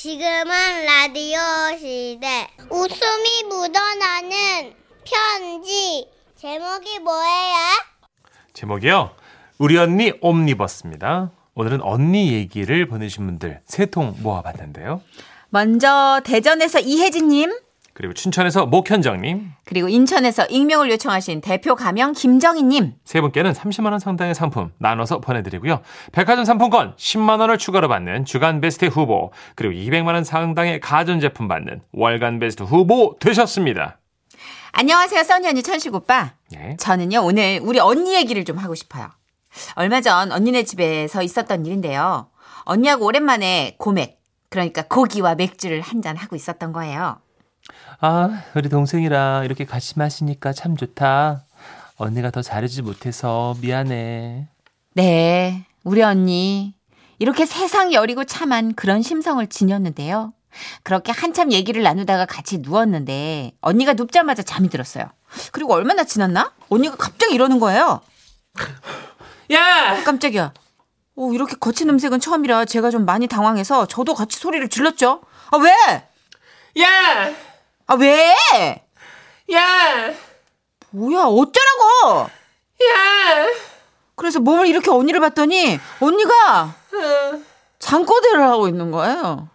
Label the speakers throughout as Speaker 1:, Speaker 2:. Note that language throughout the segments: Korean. Speaker 1: 지금은 라디오 시대. 웃음이 묻어나는 편지. 제목이 뭐예요?
Speaker 2: 제목이요. 우리 언니 옴니버스입니다. 오늘은 언니 얘기를 보내신 분들 세 통 모아봤는데요.
Speaker 3: 먼저 대전에서 이혜진님
Speaker 2: 그리고 춘천에서 목현정님
Speaker 3: 그리고 인천에서 익명을 요청하신 대표 가명 김정희님
Speaker 2: 세 분께는 30만 원 상당의 상품 나눠서 보내드리고요. 백화점 상품권 10만 원을 추가로 받는 주간 베스트 후보 그리고 200만 원 상당의 가전제품 받는 월간 베스트 후보 되셨습니다.
Speaker 3: 안녕하세요 써니언니 천식 오빠
Speaker 2: 예.
Speaker 3: 저는요 오늘 우리 언니 얘기를 좀 하고 싶어요 얼마 전 언니네 집에서 있었던 일인데요 언니하고 오랜만에 고맥 그러니까 고기와 맥주를 한잔 하고 있었던 거예요
Speaker 2: 아 우리 동생이랑 이렇게 같이 마시니까 참 좋다. 언니가 더 잘해주지 못해서 미안해.
Speaker 3: 네, 우리 언니. 이렇게 세상이 어리고 참한 그런 심성을 지녔는데요. 그렇게 한참 얘기를 나누다가 같이 누웠는데 언니가 눕자마자 잠이 들었어요. 그리고 얼마나 지났나? 언니가 갑자기 이러는 거예요. 어,
Speaker 2: 야!
Speaker 3: 깜짝이야. 오, 이렇게 거친 음색은 처음이라 제가 좀 많이 당황해서 저도 같이 소리를 질렀죠. 아, 왜?
Speaker 2: 야!
Speaker 3: 아, 왜?
Speaker 2: 야!
Speaker 3: 뭐야, 어쩌라고!
Speaker 2: 야!
Speaker 3: 그래서 몸을 이렇게 언니를 봤더니 언니가 잠꼬대를 하고 있는 거예요.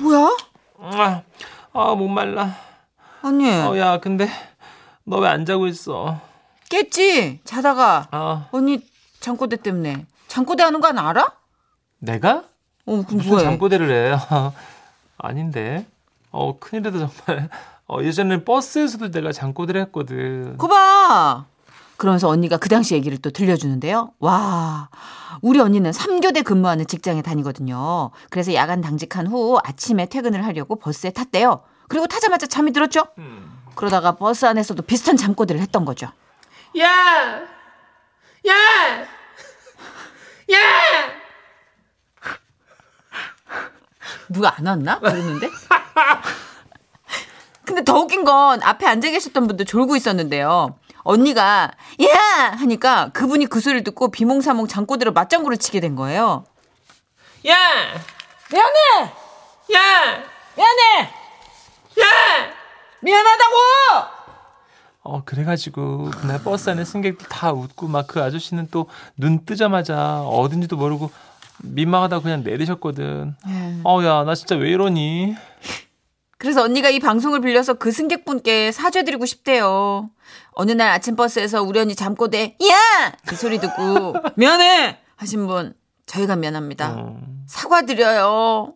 Speaker 3: 뭐야?
Speaker 2: 아, 아, 못 말라.
Speaker 3: 언니
Speaker 2: 어, 야, 근데 너 왜 안 자고 있어?
Speaker 3: 깼지 자다가
Speaker 2: 아,
Speaker 3: 언니 잠꼬대 때문에 잠꼬대 하는 거 안 알아?
Speaker 2: 내가?
Speaker 3: 어 그럼
Speaker 2: 무슨
Speaker 3: 뭐해?
Speaker 2: 잠꼬대를 해? 아닌데. 어, 큰일이다, 정말. 어, 예전에 버스에서도 내가 잠꼬대를 했거든.
Speaker 3: 거봐. 그러면서 언니가 그 당시 얘기를 또 들려주는데요. 와, 우리 언니는 3교대 근무하는 직장에 다니거든요. 그래서 야간 당직한 후 아침에 퇴근을 하려고 버스에 탔대요. 그리고 타자마자 잠이 들었죠? 그러다가 버스 안에서도 비슷한 잠꼬대를 했던 거죠.
Speaker 2: 야! 야! 야!
Speaker 3: 누가 안 왔나? 모르는데? 근데 더 웃긴 건 앞에 앉아 계셨던 분도 졸고 있었는데요. 언니가 야 하니까 그분이 그 소리를 듣고 비몽사몽 장꼬대로 맞장구를 치게 된 거예요.
Speaker 2: 야!
Speaker 3: 미안해,
Speaker 2: 야!
Speaker 3: 미안해,
Speaker 2: 야!
Speaker 3: 미안하다고.
Speaker 2: 어, 그래가지고, 그날 버스 안에 승객들 다 웃고, 막 그 아저씨는 또 눈 뜨자마자 어딘지도 모르고 민망하다 그냥 내리셨거든. 어, 야, 나 진짜 왜 이러니?
Speaker 3: 그래서 언니가 이 방송을 빌려서 그 승객분께 사죄드리고 싶대요. 어느 날 아침 버스에서 우연히 잠꼬대 야! 이 소리 듣고 미안해 하신 분 저희가 미안합니다.
Speaker 2: 음.
Speaker 3: 사과드려요.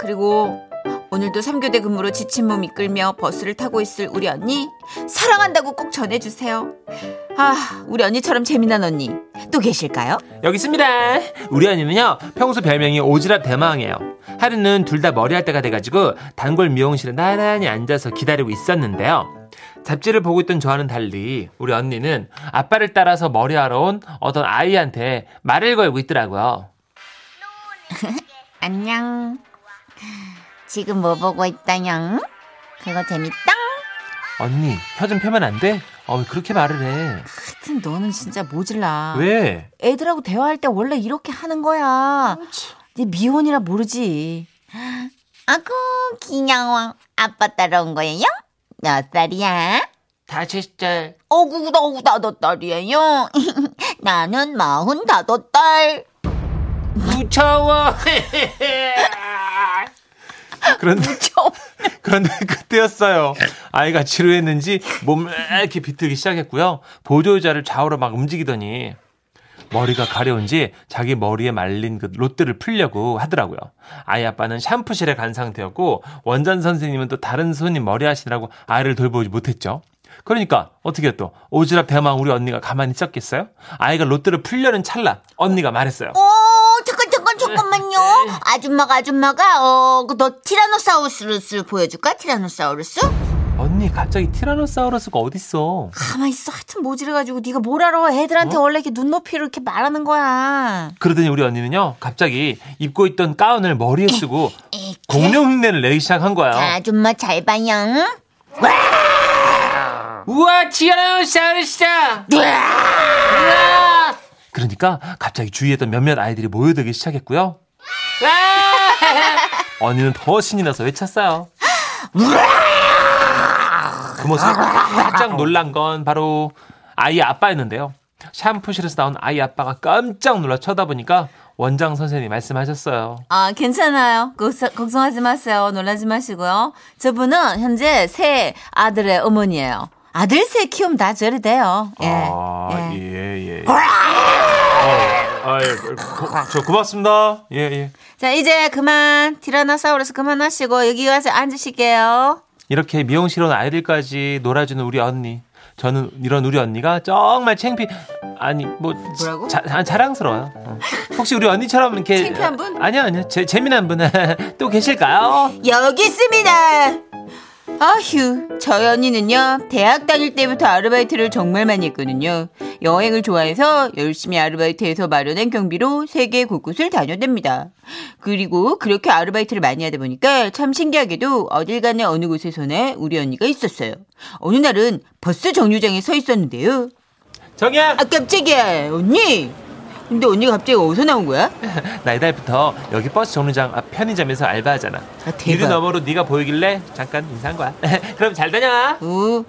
Speaker 3: 그리고 오늘도 3교대 근무로 지친 몸 이끌며 버스를 타고 있을 우리 언니 사랑한다고 꼭 전해주세요. 아 우리 언니처럼 재미난 언니 또 계실까요?
Speaker 2: 여기 있습니다. 우리 언니는요, 평소 별명이 오지랖 대망이에요. 하루는 둘 다 머리할 때가 돼가지고, 단골 미용실에 나란히 앉아서 기다리고 있었는데요. 잡지를 보고 있던 저와는 달리, 우리 언니는 아빠를 따라서 머리하러 온 어떤 아이한테 말을 걸고 있더라고요.
Speaker 3: 안녕. 지금 뭐 보고 있다냥? 그거 재밌다.
Speaker 2: 언니, 혀 좀 펴면 안 돼? 어, 왜 그렇게 말을 해?
Speaker 3: 하여튼 너는 진짜 모질라.
Speaker 2: 왜?
Speaker 3: 애들하고 대화할 때 원래 이렇게 하는 거야. 네 미혼이라 모르지. 아구 기냥왕 아빠 따라온 거예요? 몇 살이야?
Speaker 2: 다칠 절
Speaker 3: 어구 나구 다섯 살이에요. 나는 마흔 다섯 살.
Speaker 2: 무서워. 그런데
Speaker 3: 어,
Speaker 2: 그런데 그때였어요. 아이가 지루했는지 몸을 이렇게 비틀기 시작했고요. 보조의자를 좌우로 막 움직이더니 머리가 가려운지 자기 머리에 말린 그 롯데를 풀려고 하더라고요. 아이 아빠는 샴푸실에 간 상태였고 원장 선생님은 또 다른 손님 머리 하시느라고 아이를 돌보지 못했죠. 그러니까 어떻게 또 오지랖 대망 우리 언니가 가만히 있었겠어요? 아이가 롯데를 풀려는 찰나 언니가 말했어요.
Speaker 4: 어, 잠깐, 잠깐, 잠깐만요. 아줌마가, 아줌마가, 어, 그너 티라노사우루스를 보여줄까? 티라노사우루스?
Speaker 2: 언니 갑자기 티라노사우루스가 어딨어?
Speaker 3: 가만 있어. 하여튼 모질해가지고 네가 뭘 알아? 애들한테 원래 이렇게 눈높이로 이렇게 말하는 거야.
Speaker 2: 그러더니 우리 언니는요 갑자기 입고 있던 가운을 머리에 쓰고 공룡 흉내를 내기 시작한 거예요.
Speaker 4: 아줌마 잘 봐요.
Speaker 2: 우와 티라노사우루스!
Speaker 3: 네.
Speaker 2: 그러니까 갑자기 주위에 있던 몇몇 아이들이 모여들기 시작했고요. 언니는 더 신이 나서 외쳤어요. 그 모습에 깜짝 놀란 건 바로 아이 아빠였는데요. 샴푸실에서 나온 아이 아빠가 깜짝 놀라 쳐다보니까 원장 선생님이 말씀하셨어요.
Speaker 3: 아, 괜찮아요. 걱정, 걱정하지 마세요. 놀라지 마시고요. 저분은 현재 새 아들의 어머니예요. 아들 새 키우면 다 저리 돼요. 예.
Speaker 2: 아,
Speaker 3: 예.
Speaker 2: 예, 예. 어, 아, 예. 고, 저 고맙습니다. 예, 예.
Speaker 3: 자, 이제 그만 티라노사우루스 그만하시고 여기 와서 앉으실게요.
Speaker 2: 이렇게 미용실 온 아이들까지 놀아주는 우리 언니. 저는 이런 우리 언니가 정말 창피 아니 뭐 지-
Speaker 3: 뭐라고?
Speaker 2: 자, 아, 자랑스러워요. 어. 혹시 우리 언니처럼 이렇게
Speaker 3: 창피한 분?
Speaker 2: 아니요 아니요 제, 재미난 분 또 계실까요?
Speaker 3: 여기 있습니다. 아휴, 저희 언니는요, 대학 다닐 때부터 아르바이트를 정말 많이 했거든요. 여행을 좋아해서 열심히 아르바이트해서 마련한 경비로 세계 곳곳을 다녀댑니다. 그리고 그렇게 아르바이트를 많이 하다 보니까 참 신기하게도 어딜 가나 어느 곳에서나 우리 언니가 있었어요. 어느 날은 버스 정류장에 서 있었는데요.
Speaker 2: 정양
Speaker 3: 아, 깜짝이야, 언니! 근데 언니가 갑자기 어디서 나온 거야?
Speaker 2: 나 이달부터 여기 버스 정류장 앞 편의점에서 알바하잖아.
Speaker 3: 아, 대박.
Speaker 2: 이리 너머로 네가 보이길래 잠깐 인사한 거야. 그럼 잘 다녀.
Speaker 3: 오,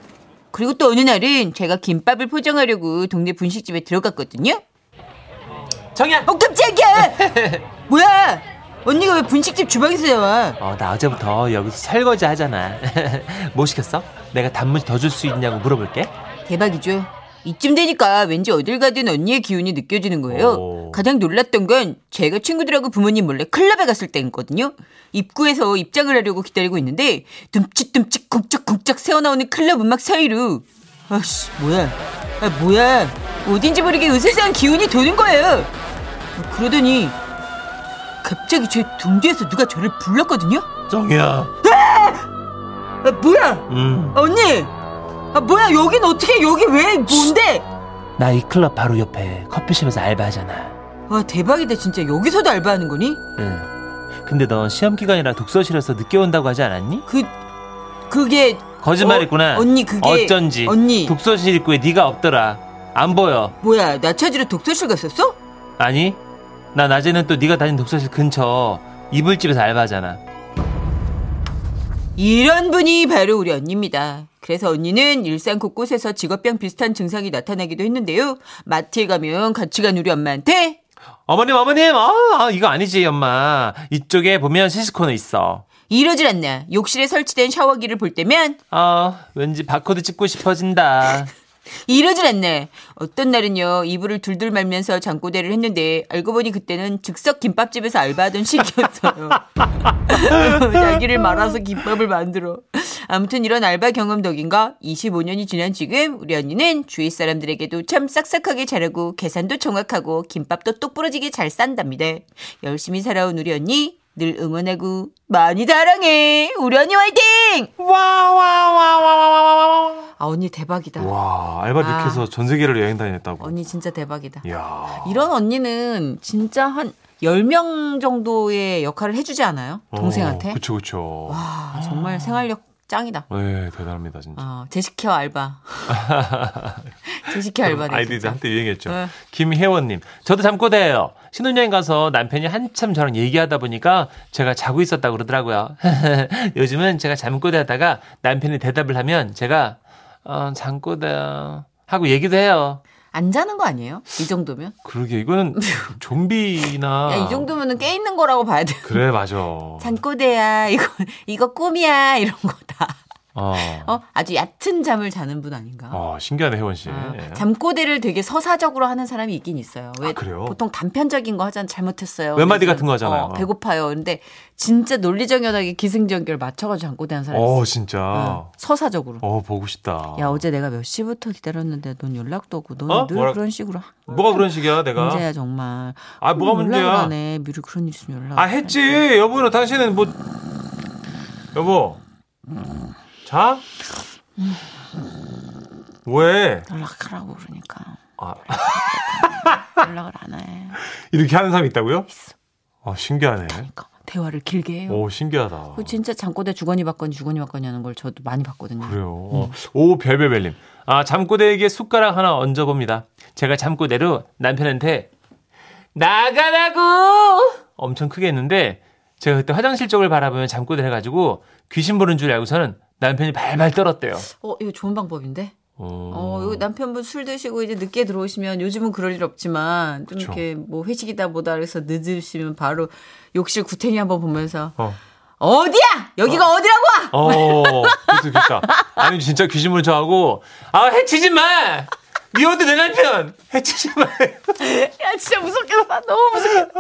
Speaker 3: 그리고 또 어느 날은 제가 김밥을 포장하려고 동네 분식집에 들어갔거든요.
Speaker 2: 정양
Speaker 3: 어 깜짝이야! 뭐야? 언니가 왜 분식집 주방에서 나와?
Speaker 2: 어, 나 어제부터 여기서 설거지 하잖아. 뭐 시켰어? 내가 단무지 더 줄 수 있냐고 물어볼게.
Speaker 3: 대박이죠. 이쯤 되니까 왠지 어딜 가든 언니의 기운이 느껴지는 거예요.
Speaker 2: 오.
Speaker 3: 가장 놀랐던 건 제가 친구들하고 부모님 몰래 클럽에 갔을 때였거든요. 입구에서 입장을 하려고 기다리고 있는데 듬칫듬칫 쿵짝쿵짝 새어나오는 클럽 음악 사이로 아씨 뭐야 아 뭐야 어딘지 모르게 으스스한 기운이 도는 거예요. 어, 그러더니 갑자기 제 등 뒤에서 누가 저를 불렀거든요.
Speaker 2: 정이야.
Speaker 3: 아 뭐야
Speaker 2: 음.
Speaker 3: 언니! 아, 뭐야, 여긴 어떻게, 여기 왜, 뭔데?
Speaker 2: 나 이 클럽 바로 옆에 커피숍에서 알바하잖아.
Speaker 3: 아, 대박이다, 진짜. 여기서도 알바하는 거니?
Speaker 2: 응. 근데 넌 시험 기간이라 독서실에서 늦게 온다고 하지 않았니?
Speaker 3: 그, 그게,
Speaker 2: 거짓말했구나.
Speaker 3: 어, 언니, 그게-
Speaker 2: 어쩐지
Speaker 3: 언니.
Speaker 2: 독서실 입구에 네가 없더라. 안 보여.
Speaker 3: 뭐야, 나 찾으러 독서실 갔었어?
Speaker 2: 아니? 나 낮에는 또 네가 다니는 독서실 근처 이불집에서 알바하잖아.
Speaker 3: 이런 분이 바로 우리 언니입니다. 그래서 언니는 일상 곳곳에서 직업병 비슷한 증상이 나타나기도 했는데요. 마트에 가면 같이 간 우리 엄마한테
Speaker 2: 어머님, 어머님, 아, 아, 이거 아니지, 엄마. 이쪽에 보면 시시코너 있어.
Speaker 3: 이러질 않나. 욕실에 설치된 샤워기를 볼 때면
Speaker 2: 아, 왠지 바코드 찍고 싶어진다.
Speaker 3: 이러질 않네. 어떤 날은요, 이불을 둘둘 말면서 잠꼬대를 했는데, 알고 보니 그때는 즉석 김밥집에서 알바하던 시기였어요. 자기를 말아서 김밥을 만들어. 아무튼 이런 알바 경험 덕인가, 25년이 지난 지금, 우리 언니는 주위 사람들에게도 참 싹싹하게 잘하고, 계산도 정확하고, 김밥도 똑부러지게 잘 싼답니다. 열심히 살아온 우리 언니, 늘 응원하고, 많이 사랑해! 우리 언니 화이팅! 아, 언니 대박이다.
Speaker 2: 와, 알바를
Speaker 3: 아.
Speaker 2: 이렇게 해서 전 세계를 여행 다녔다고.
Speaker 3: 언니 진짜 대박이다.
Speaker 2: 이야.
Speaker 3: 이런 언니는 진짜 한 10명 정도의 역할을 해주지 않아요? 동생한테?
Speaker 2: 어, 그쵸, 그쵸.
Speaker 3: 와, 정말 생활력 짱이다.
Speaker 2: 네, 대단합니다, 진짜.
Speaker 3: 어, 제시켜 알바. 제시켜 알바네.
Speaker 2: 아이디도 한때 유행했죠.
Speaker 3: 네.
Speaker 2: 김혜원님, 저도 잠꼬대예요. 신혼여행 가서 남편이 한참 저랑 얘기하다 보니까 제가 자고 있었다 고 그러더라고요. 요즘은 제가 잠꼬대하다가 남편이 대답을 하면 제가 어, 잠꼬대요 하고 얘기도 해요.
Speaker 3: 안 자는 거 아니에요? 이 정도면?
Speaker 2: 그러게 이거는 좀비나
Speaker 3: 네. 야, 이 정도면은 깨 있는 거라고 봐야 돼.
Speaker 2: 그래 맞아.
Speaker 3: 잔꼬대야, 이거, 이거 꿈이야, 이런 거다.
Speaker 2: 어.
Speaker 3: 어? 아주 얕은 잠을 자는 분 아닌가?
Speaker 2: 아, 신기하네 혜원 씨.
Speaker 3: 아,
Speaker 2: 예.
Speaker 3: 잠꼬대를 되게 서사적으로 하는 사람이 있긴 있어요. 왜
Speaker 2: 아, 그래요?
Speaker 3: 보통 단편적인 거 하잖아. 잘못했어요.
Speaker 2: 웬마디
Speaker 3: 요즘,
Speaker 2: 같은 거 하잖아요.
Speaker 3: 어, 배고파요. 근데 진짜 논리정연하게 기승전결 맞춰가지고 잠꼬대 하는 사람 있어요.
Speaker 2: 어 진짜.
Speaker 3: 응, 서사적으로.
Speaker 2: 어 보고 싶다.
Speaker 3: 야 어제 내가 몇 시부터 기다렸는데 넌 연락도 없고 너는
Speaker 2: 어?
Speaker 3: 늘
Speaker 2: 뭐라-
Speaker 3: 그런 식으로 하-
Speaker 2: 뭐가 그런 식이야 내가.
Speaker 3: 문제야 정말.
Speaker 2: 아, 뭐가
Speaker 3: 연락을
Speaker 2: 문제야?
Speaker 3: 안 해. 미리 그런 일 있으면 연락.
Speaker 2: 아
Speaker 3: 안 해.
Speaker 2: 했지 여보는 당신은 뭐 여보 자 왜?
Speaker 3: 연락하라고 그러니까
Speaker 2: 아,
Speaker 3: 연락을 안 해.
Speaker 2: 이렇게 하는 사람이 있다고요? 아 신기하네.
Speaker 3: 그러니까 대화를 길게 해요.
Speaker 2: 오 신기하다.
Speaker 3: 그 진짜 잠꼬대 주거니 받거니 주거니 받거니 하는 걸 저도 많이 봤거든요.
Speaker 2: 그래요. 어, 오 별별별님. 아 잠꼬대에게 숟가락 하나 얹어봅니다. 제가 잠꼬대로 남편한테
Speaker 3: 나가라고!
Speaker 2: 엄청 크게 했는데 제가 그때 화장실 쪽을 바라보며 잠꼬대를 해가지고 귀신 보는 줄 알고서는 남편이 발발 떨었대요.
Speaker 3: 어, 이거 좋은 방법인데?
Speaker 2: 어,
Speaker 3: 어, 이거 남편분 술 드시고 이제 늦게 들어오시면 요즘은 그럴 일 없지만 좀
Speaker 2: 그쵸.
Speaker 3: 이렇게 뭐 회식이다 뭐다 그래서 늦으시면 바로 욕실 구탱이 한번 보면서
Speaker 2: 어.
Speaker 3: 어디야! 여기가 어. 디라고 와!
Speaker 2: 어, 그것도 좋다. 아니, 진짜 귀신 보는 저하고, 아, 해치지 마! 미워도 내 남편! 해치지 마!
Speaker 3: 야, 진짜 무섭겠다. 너무 무섭겠다.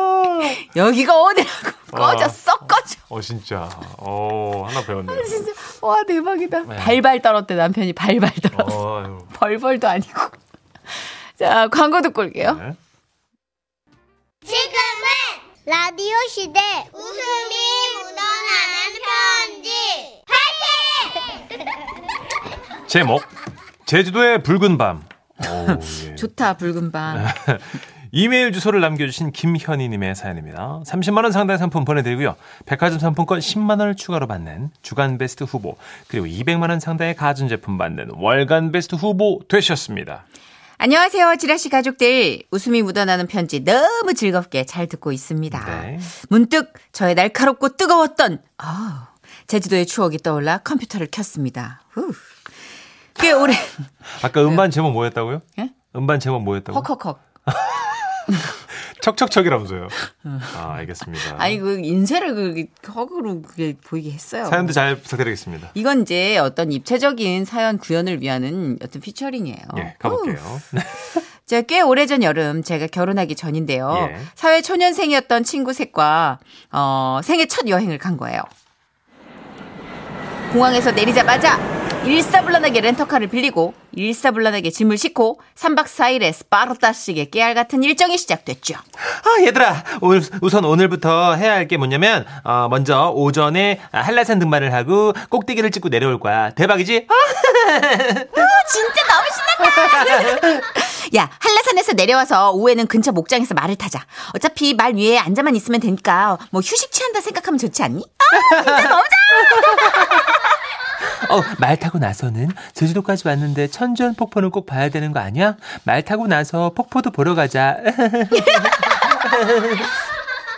Speaker 3: 여기가 어디라고. 꺼져,
Speaker 2: 아.
Speaker 3: 썩 꺼져.
Speaker 2: 어, 진짜. 어, 하나 배웠네.
Speaker 3: 아, 진짜. 와, 대박이다.
Speaker 2: 네.
Speaker 3: 발발 떨었대, 남편이 발발 떨었어.
Speaker 2: 어,
Speaker 3: 벌벌도 아니고. 자, 광고 듣고 올게요.
Speaker 2: 네.
Speaker 1: 지금은 라디오 시대 웃음이 묻어나는 편지
Speaker 2: 제목, 제주도의 붉은 밤. 어우, 예.
Speaker 3: 아, 좋다, 붉은
Speaker 2: 네.
Speaker 3: 밤.
Speaker 2: 이메일 주소를 남겨주신 김현희님의 사연입니다. 30만원 상당 상품 보내드리고요. 백화점 상품권 10만원을 추가로 받는 주간 베스트 후보, 그리고 200만원 상당의 가전제품 받는 월간 베스트 후보 되셨습니다.
Speaker 3: 안녕하세요, 지라시 가족들. 웃음이 묻어나는 편지 너무 즐겁게 잘 듣고 있습니다.
Speaker 2: 네.
Speaker 3: 문득 저의 날카롭고 뜨거웠던 아, 제주도의 추억이 떠올라 컴퓨터를 켰습니다. 후. 꽤 오래
Speaker 2: 아까 음반 제목 뭐였다고요?
Speaker 3: 네. 예?
Speaker 2: 음반 제목 뭐였다고요?
Speaker 3: 헉헉헉.
Speaker 2: 척척척이라면서요. 아, 알겠습니다.
Speaker 3: 어. 아니 그 인쇄를 그 헉으로 그게 보이게 했어요.
Speaker 2: 사연도 잘 부탁드리겠습니다.
Speaker 3: 이건 이제 어떤 입체적인 사연 구현을 위한 어떤 피처링이에요.
Speaker 2: 예, 가볼게요.
Speaker 3: 제가 꽤 오래전 여름 제가 결혼하기 전인데요.
Speaker 2: 예.
Speaker 3: 사회 초년생이었던 친구 셋과 어, 생애 첫 여행을 간 거예요. 공항에서 내리자마자 일사불란하게 렌터카를 빌리고 일사불란하게 짐을 싣고 3박 4일의 스파르타식의 깨알 같은 일정이 시작됐죠.
Speaker 2: 아, 얘들아. 오늘, 우선 오늘부터 해야 할 게 뭐냐면, 어, 먼저 오전에 한라산 등반을 하고 꼭대기를 찍고 내려올 거야. 대박이지? 아,
Speaker 3: 진짜 너무 신난다. 야, 한라산에서 내려와서 오후에는 근처 목장에서 말을 타자. 어차피 말 위에 앉아만 있으면 되니까 뭐 휴식 취한다 생각하면 좋지 않니?
Speaker 2: 어, 말 타고 나서는 제주도까지 왔는데 천전 폭포는 꼭 봐야 되는 거 아니야? 말 타고 나서 폭포도 보러 가자.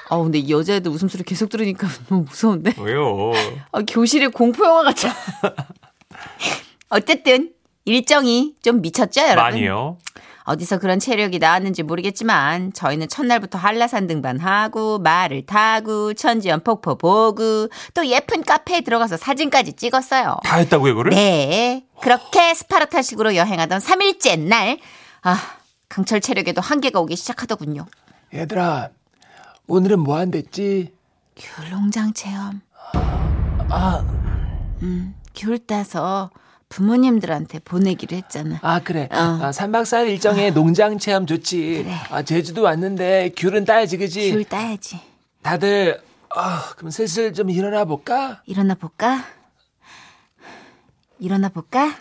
Speaker 3: 아 근데 이 여자애들 웃음소리 계속 들으니까 너무 무서운데.
Speaker 2: 왜요?
Speaker 3: 아, 교실에 공포 영화 같아. 어쨌든 일정이 좀 미쳤죠, 여러분?
Speaker 2: 많이요.
Speaker 3: 어디서 그런 체력이 나왔는지 모르겠지만 저희는 첫날부터 한라산 등반하고 말을 타고 천지연 폭포 보고 또 예쁜 카페에 들어가서 사진까지 찍었어요.
Speaker 2: 다 했다고, 이거를?
Speaker 3: 네. 그렇게 스파르타식으로 여행하던 3일째 날 아, 강철 체력에도 한계가 오기 시작하더군요.
Speaker 2: 얘들아, 오늘은 뭐 한댔지?
Speaker 3: 귤농장 체험. 음, 귤 따서 부모님들한테 보내기로 했잖아.
Speaker 2: 아 그래.
Speaker 3: 어.
Speaker 2: 아, 3박 4일 일정에 농장 체험 좋지. 아, 제주도 왔는데 귤은 따야지 그지?
Speaker 3: 귤 따야지.
Speaker 2: 다들 아, 그럼 슬슬 좀 일어나 볼까?
Speaker 3: 일어나 볼까? 일어나 볼까?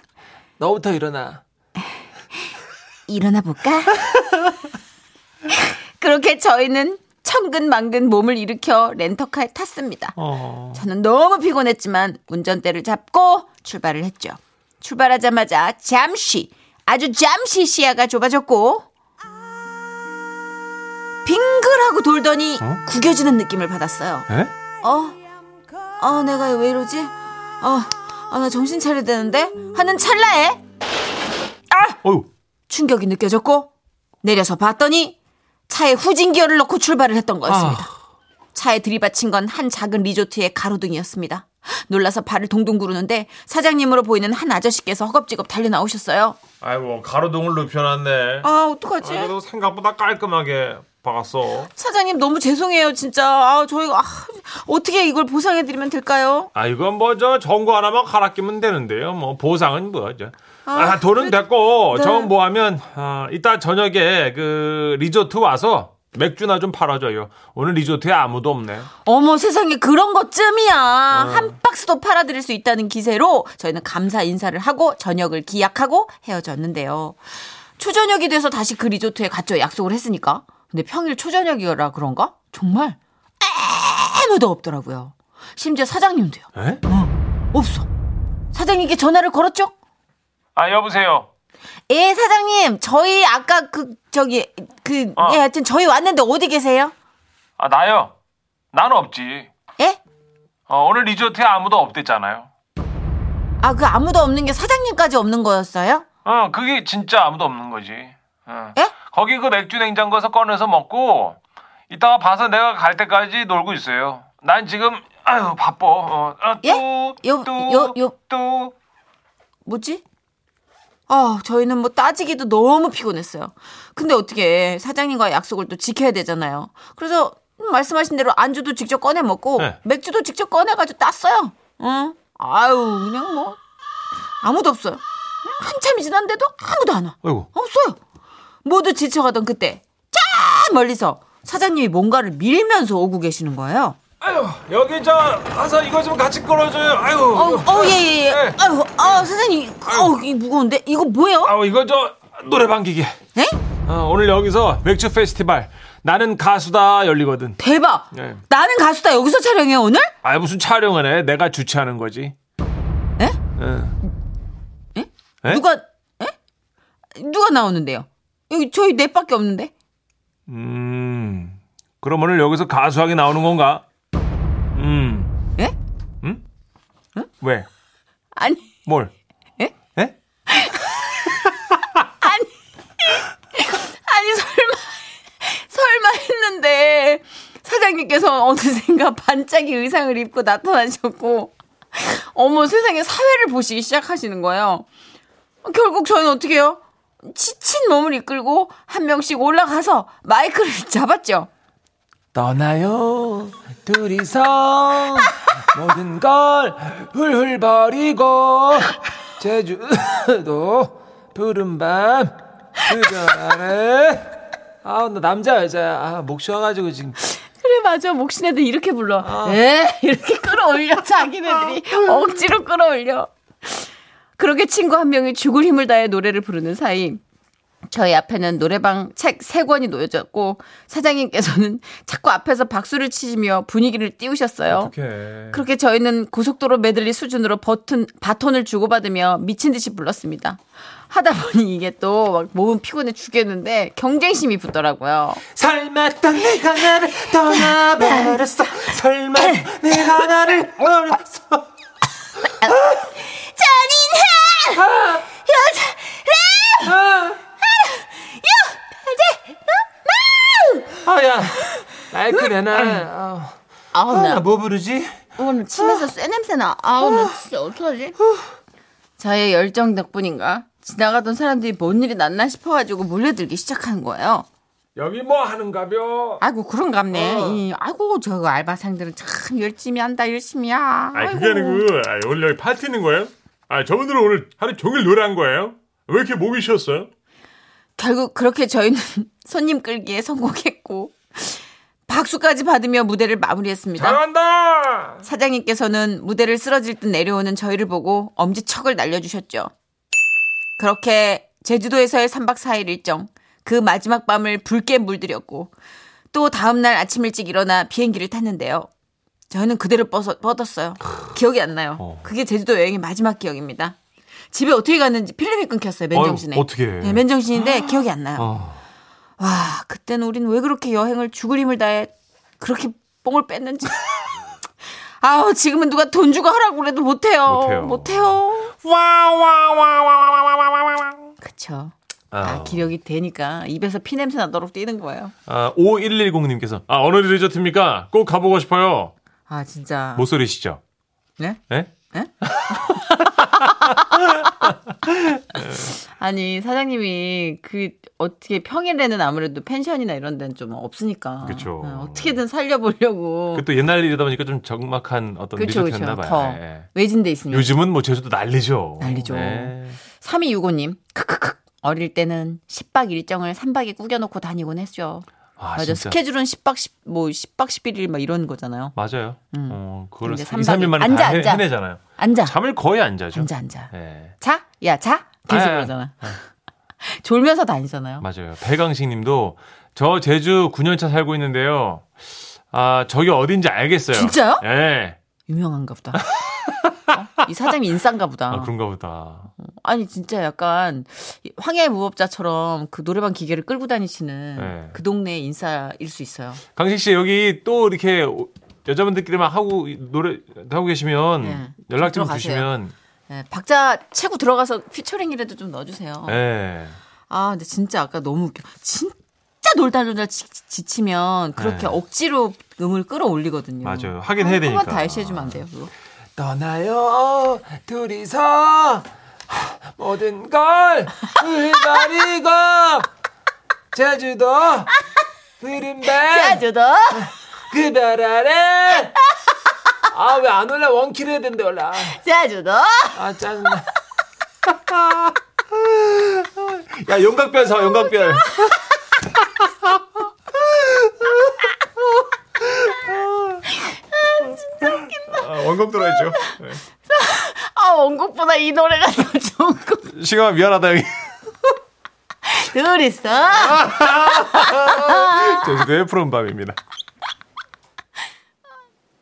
Speaker 2: 너부터 일어나.
Speaker 3: 일어나 볼까? 그렇게 저희는 천근만근 몸을 일으켜 렌터카에 탔습니다.
Speaker 2: 어.
Speaker 3: 저는 너무 피곤했지만 운전대를 잡고 출발을 했죠. 출발하자마자 잠시 아주 잠시 시야가 좁아졌고 빙글하고 돌더니 구겨지는 느낌을 받았어요.
Speaker 2: 어? 에?
Speaker 3: 어? 아 내가 왜 이러지? 아, 아, 나 정신 차려야 되는데 하는 찰나에 아!
Speaker 2: 어유.
Speaker 3: 충격이 느껴졌고 내려서 봤더니 차에 후진기어를 넣고 출발을 했던 거였습니다. 차에 들이받친 건 한 작은 리조트의 가로등이었습니다. 놀라서 발을 동동 구르는데 사장님으로 보이는 한 아저씨께서 허겁지겁 달려 나오셨어요.
Speaker 5: 아이고 가로등을 눕혀놨네.
Speaker 3: 아 어떡하지?
Speaker 5: 그래도 생각보다 깔끔하게 박았어.
Speaker 3: 사장님 너무 죄송해요 진짜. 아 저희가 아, 어떻게 이걸 보상해드리면 될까요?
Speaker 5: 아 이건 뭐저 정보 하나만 갈아끼면 되는데요. 뭐 보상은 뭐죠? 아, 돈은 됐고
Speaker 3: 네.
Speaker 5: 저건 뭐 하면 아, 이따 저녁에 그 리조트 와서 맥주나 좀 팔아줘요. 오늘 리조트에 아무도 없네.
Speaker 3: 어머 세상에 그런 것쯤이야. 한 박스도 팔아드릴 수 있다는 기세로 저희는 감사 인사를 하고 저녁을 기약하고 헤어졌는데요. 초저녁이 돼서 다시 그 리조트에 갔죠. 약속을 했으니까. 근데 평일 초저녁이라 그런가? 정말 아무도 없더라고요. 심지어 사장님도요.
Speaker 2: 에?
Speaker 3: 없어. 사장님께 전화를 걸었죠?
Speaker 5: 아 여보세요.
Speaker 3: 예, 사장님. 저희 아까 그 저기 그
Speaker 2: 어.
Speaker 3: 예, 하여튼 저희 왔는데 어디 계세요?
Speaker 2: 아, 나요? 난 없지.
Speaker 3: 예?
Speaker 2: 어, 오늘 리조트에 아무도 없댔잖아요.
Speaker 3: 아, 그 아무도 없는 게 사장님까지 없는 거였어요?
Speaker 2: 어, 그게 진짜 아무도 없는 거지. 어.
Speaker 3: 예?
Speaker 2: 거기 그 맥주 냉장고에서 꺼내서 먹고 이따가 봐서 내가 갈 때까지 놀고 있어요. 난 지금 아유 바빠. 어, 아,
Speaker 3: 예?
Speaker 2: 뚜,
Speaker 3: 요-
Speaker 2: 뚜,
Speaker 3: 요- 요-
Speaker 2: 뚜.
Speaker 3: 뭐지? 아, 저희는 뭐 따지기도 너무 피곤했어요. 근데 어떻게 사장님과 약속을 또 지켜야 되잖아요. 그래서 말씀하신 대로 안주도 직접 꺼내 먹고
Speaker 2: 네.
Speaker 3: 맥주도 직접 꺼내 가지고 땄어요. 응. 아유, 그냥 뭐 아무도 없어요. 한참이 지났는데도 아무도 안 와.
Speaker 5: 아이고.
Speaker 3: 없어요. 모두 지쳐가던 그때 짠 멀리서 사장님이 뭔가를 밀면서 오고 계시는 거예요.
Speaker 2: 아유 여기 저 와서 이거 좀 같이 끌어줘요. 아유.
Speaker 3: 어우, 어우, 예, 예, 예.
Speaker 2: 네.
Speaker 3: 아유, 아, 사장님, 어우, 이 무거운데? 이거 뭐예요?
Speaker 2: 아우 이거 저 노래방 기계.
Speaker 3: 네?
Speaker 2: 어, 오늘 여기서 맥주 페스티벌 나는 가수다 열리거든.
Speaker 3: 대박!
Speaker 2: 네.
Speaker 3: 나는 가수다 여기서 촬영해, 오늘?
Speaker 2: 아 무슨 촬영을 해? 내가 주최하는 거지.
Speaker 3: 에?
Speaker 2: 어. 네?
Speaker 3: 누가, 에? 누가 나오는데요? 여기 저희 넷밖에 없는데?
Speaker 2: 음. 그럼 오늘 여기서 가수하게 나오는 건가? 음.
Speaker 3: 에?
Speaker 2: 왜?
Speaker 3: 아니,
Speaker 2: 뭘?
Speaker 3: 에?
Speaker 2: 에?
Speaker 3: 아니, 설마, 설마 했는데, 사장님께서 어느샌가 반짝이 의상을 입고 나타나셨고, 어머, 세상에 사회를 보시기 시작하시는 거예요. 결국 저희는 어떻게 해요? 지친 몸을 이끌고 한 명씩 올라가서 마이크를 잡았죠.
Speaker 2: 떠나요 둘이서 모든 걸 훌훌 버리고 제주도 푸른 밤 그별 아래 아나 남자 여자야 아, 목 쉬어가지고 지금
Speaker 3: 그래 맞아 목신애들 이렇게 불러 에 이렇게 끌어올려 아. 자기네들이 억지로 끌어올려 그렇게 친구 한 명이 죽을 힘을 다해 노래를 부르는 사이 저희 앞에는 노래방 책 세 권이 놓여졌고 사장님께서는 자꾸 앞에서 박수를 치시며 분위기를 띄우셨어요.
Speaker 2: 오케이
Speaker 3: 그렇게 저희는 고속도로 메들리 수준으로 버튼, 바톤을 주고받으며 미친 듯이 불렀습니다. 하다 보니 이게 또 막 몸은 피곤해 죽겠는데 경쟁심이 붙더라고요.
Speaker 2: 설마 또 내가 나를 떠나버렸어 설마 내가 나를 버렸어
Speaker 3: 아.
Speaker 2: 아. 아.
Speaker 3: 아.
Speaker 2: 아야 마이크 내놔
Speaker 3: 음.
Speaker 2: 아,
Speaker 3: 아우, 나
Speaker 2: 나뭐 부르지?
Speaker 3: 오늘 침에서 쇠 냄새나. 아우, 나 진짜 어떡하지? 저의 열정 덕분인가? 지나가던 사람들이 뭔 일이 났나 싶어가지고 몰려들기 시작한 거예요.
Speaker 2: 여기 뭐 하는가벼
Speaker 3: 아이고, 그런갑네.
Speaker 6: 어.
Speaker 3: 이, 아이고, 저 알바생들은 참 열심히 한다, 열심히야.
Speaker 6: 아 그게 아니고 아, 오늘 여기 파티 있는 거예요? 아 저분들은 오늘 하루 종일 노래한 거예요? 왜 이렇게 목이 쉬었어요?
Speaker 3: 결국 그렇게 저희는 손님 끌기에 성공했고, 박수까지 받으며 무대를 마무리했습니다.
Speaker 2: 잘한다
Speaker 3: 사장님께서는 무대를 쓰러질 듯 내려오는 저희를 보고 엄지척을 날려주셨죠. 그렇게 제주도에서의 3박 4일 일정, 그 마지막 밤을 붉게 물들였고, 또 다음날 아침 일찍 일어나 비행기를 탔는데요. 저희는 그대로 뻗어, 뻗었어요. 기억이 안
Speaker 5: 어.
Speaker 3: 나요. 그게 제주도 여행의 마지막 기억입니다. 집에 어떻게 갔는지 필름이 끊겼어요, 맨정신에.
Speaker 5: 어휴, 어떻게 해.
Speaker 3: 네, 맨정신인데 기억이 안 나요. 와, 그때는 우린 왜 그렇게 여행을 죽을 힘을 다해 그렇게 뽕을 뺐는지. 아우, 지금은 누가 돈 주고 하라고 그래도 못해요.
Speaker 5: 못해요.
Speaker 2: 와와와와와와와와와
Speaker 3: 그쵸. 아, 기력이 되니까 입에서 피냄새 나도록 뛰는 거예요.
Speaker 5: 아, 5110님께서 아, 어느 리조트입니까? 꼭 가보고 싶어요.
Speaker 3: 아, 진짜.
Speaker 5: 못 소리시죠?
Speaker 3: 네?
Speaker 5: 예?
Speaker 3: 아니, 사장님이 그, 어떻게 평일에는 아무래도 펜션이나 이런 데는 좀 없으니까.
Speaker 5: 그쵸.
Speaker 3: 어, 어떻게든 살려보려고.
Speaker 5: 그또 옛날 일이다 보니까 좀 적막한 어떤
Speaker 3: 그쵸,
Speaker 5: 리조트였나
Speaker 3: 그쵸.
Speaker 5: 봐요.
Speaker 3: 더
Speaker 5: 예.
Speaker 3: 외진 데 있으니까.
Speaker 5: 요즘은 뭐 제주도 난리죠.
Speaker 3: 난리죠.
Speaker 5: 예.
Speaker 3: 3265님, 크크크. 어릴 때는 10박 일정을 3박에 꾸겨놓고 다니곤 했죠.
Speaker 5: 아,
Speaker 3: 맞아.
Speaker 5: 진짜.
Speaker 3: 스케줄은 10박 10, 뭐 10박 11일 막 이런 거잖아요.
Speaker 5: 맞아요. 어, 그걸
Speaker 3: 근데
Speaker 5: 2,
Speaker 3: 삼박이-
Speaker 5: 3일 만에
Speaker 3: 앉아,
Speaker 5: 다 해,
Speaker 3: 앉아.
Speaker 5: 해내잖아요.
Speaker 3: 앉아.
Speaker 5: 잠을 거의 안 자죠.
Speaker 3: 앉아 앉아.
Speaker 5: 예.
Speaker 3: 자? 야, 자? 계속
Speaker 5: 아,
Speaker 3: 그러잖아. 졸면서 다니잖아요.
Speaker 5: 맞아요. 배강식 님도 저 제주 9년차 살고 있는데요. 아, 저기 어딘지 알겠어요.
Speaker 3: 진짜요?
Speaker 5: 예.
Speaker 3: 유명한가 보다. 어? 이 사장이 인싸인가 보다.
Speaker 2: 아, 그런가 보다.
Speaker 3: 아니 진짜 약간 황야의 무법자처럼 그 노래방 기계를 끌고 다니시는
Speaker 2: 네.
Speaker 3: 그 동네 인사일 수 있어요.
Speaker 2: 강식 씨 여기 또 이렇게 오- 여자분들끼리만 하고 이- 노래 하고 계시면
Speaker 3: 네.
Speaker 2: 연락 좀
Speaker 3: 좀 들어가세요.
Speaker 2: 주시면
Speaker 3: 예, 박자 최고 들어가서 피처링이라도 좀 넣어주세요.
Speaker 5: 네.
Speaker 2: 예.
Speaker 3: 아 근데 진짜 아까 너무 웃겨. 진짜 놀다 놀다 지, 치면 그렇게
Speaker 2: 네.
Speaker 3: 억지로 음을 끌어올리거든요.
Speaker 2: 맞아요. 하긴 해야 되니까.
Speaker 3: 한번 다시 해주면 안 돼요. 그거.
Speaker 2: 떠나요 둘이서 모든 걸 흘버리고 제주도 그린벨
Speaker 3: 아. 제주도
Speaker 2: 그별 아래 아 왜 안 올라 원킬 해야 된대 올라
Speaker 3: 제주도
Speaker 2: 아 짜증나 야 용각별 사 용각별
Speaker 6: 원곡 들어야죠.
Speaker 3: 아 원곡보다 이 노래가 더 좋은 거
Speaker 2: 시가 미안하다 여기
Speaker 3: 둘이서
Speaker 2: 제주도의 푸른 밤입니다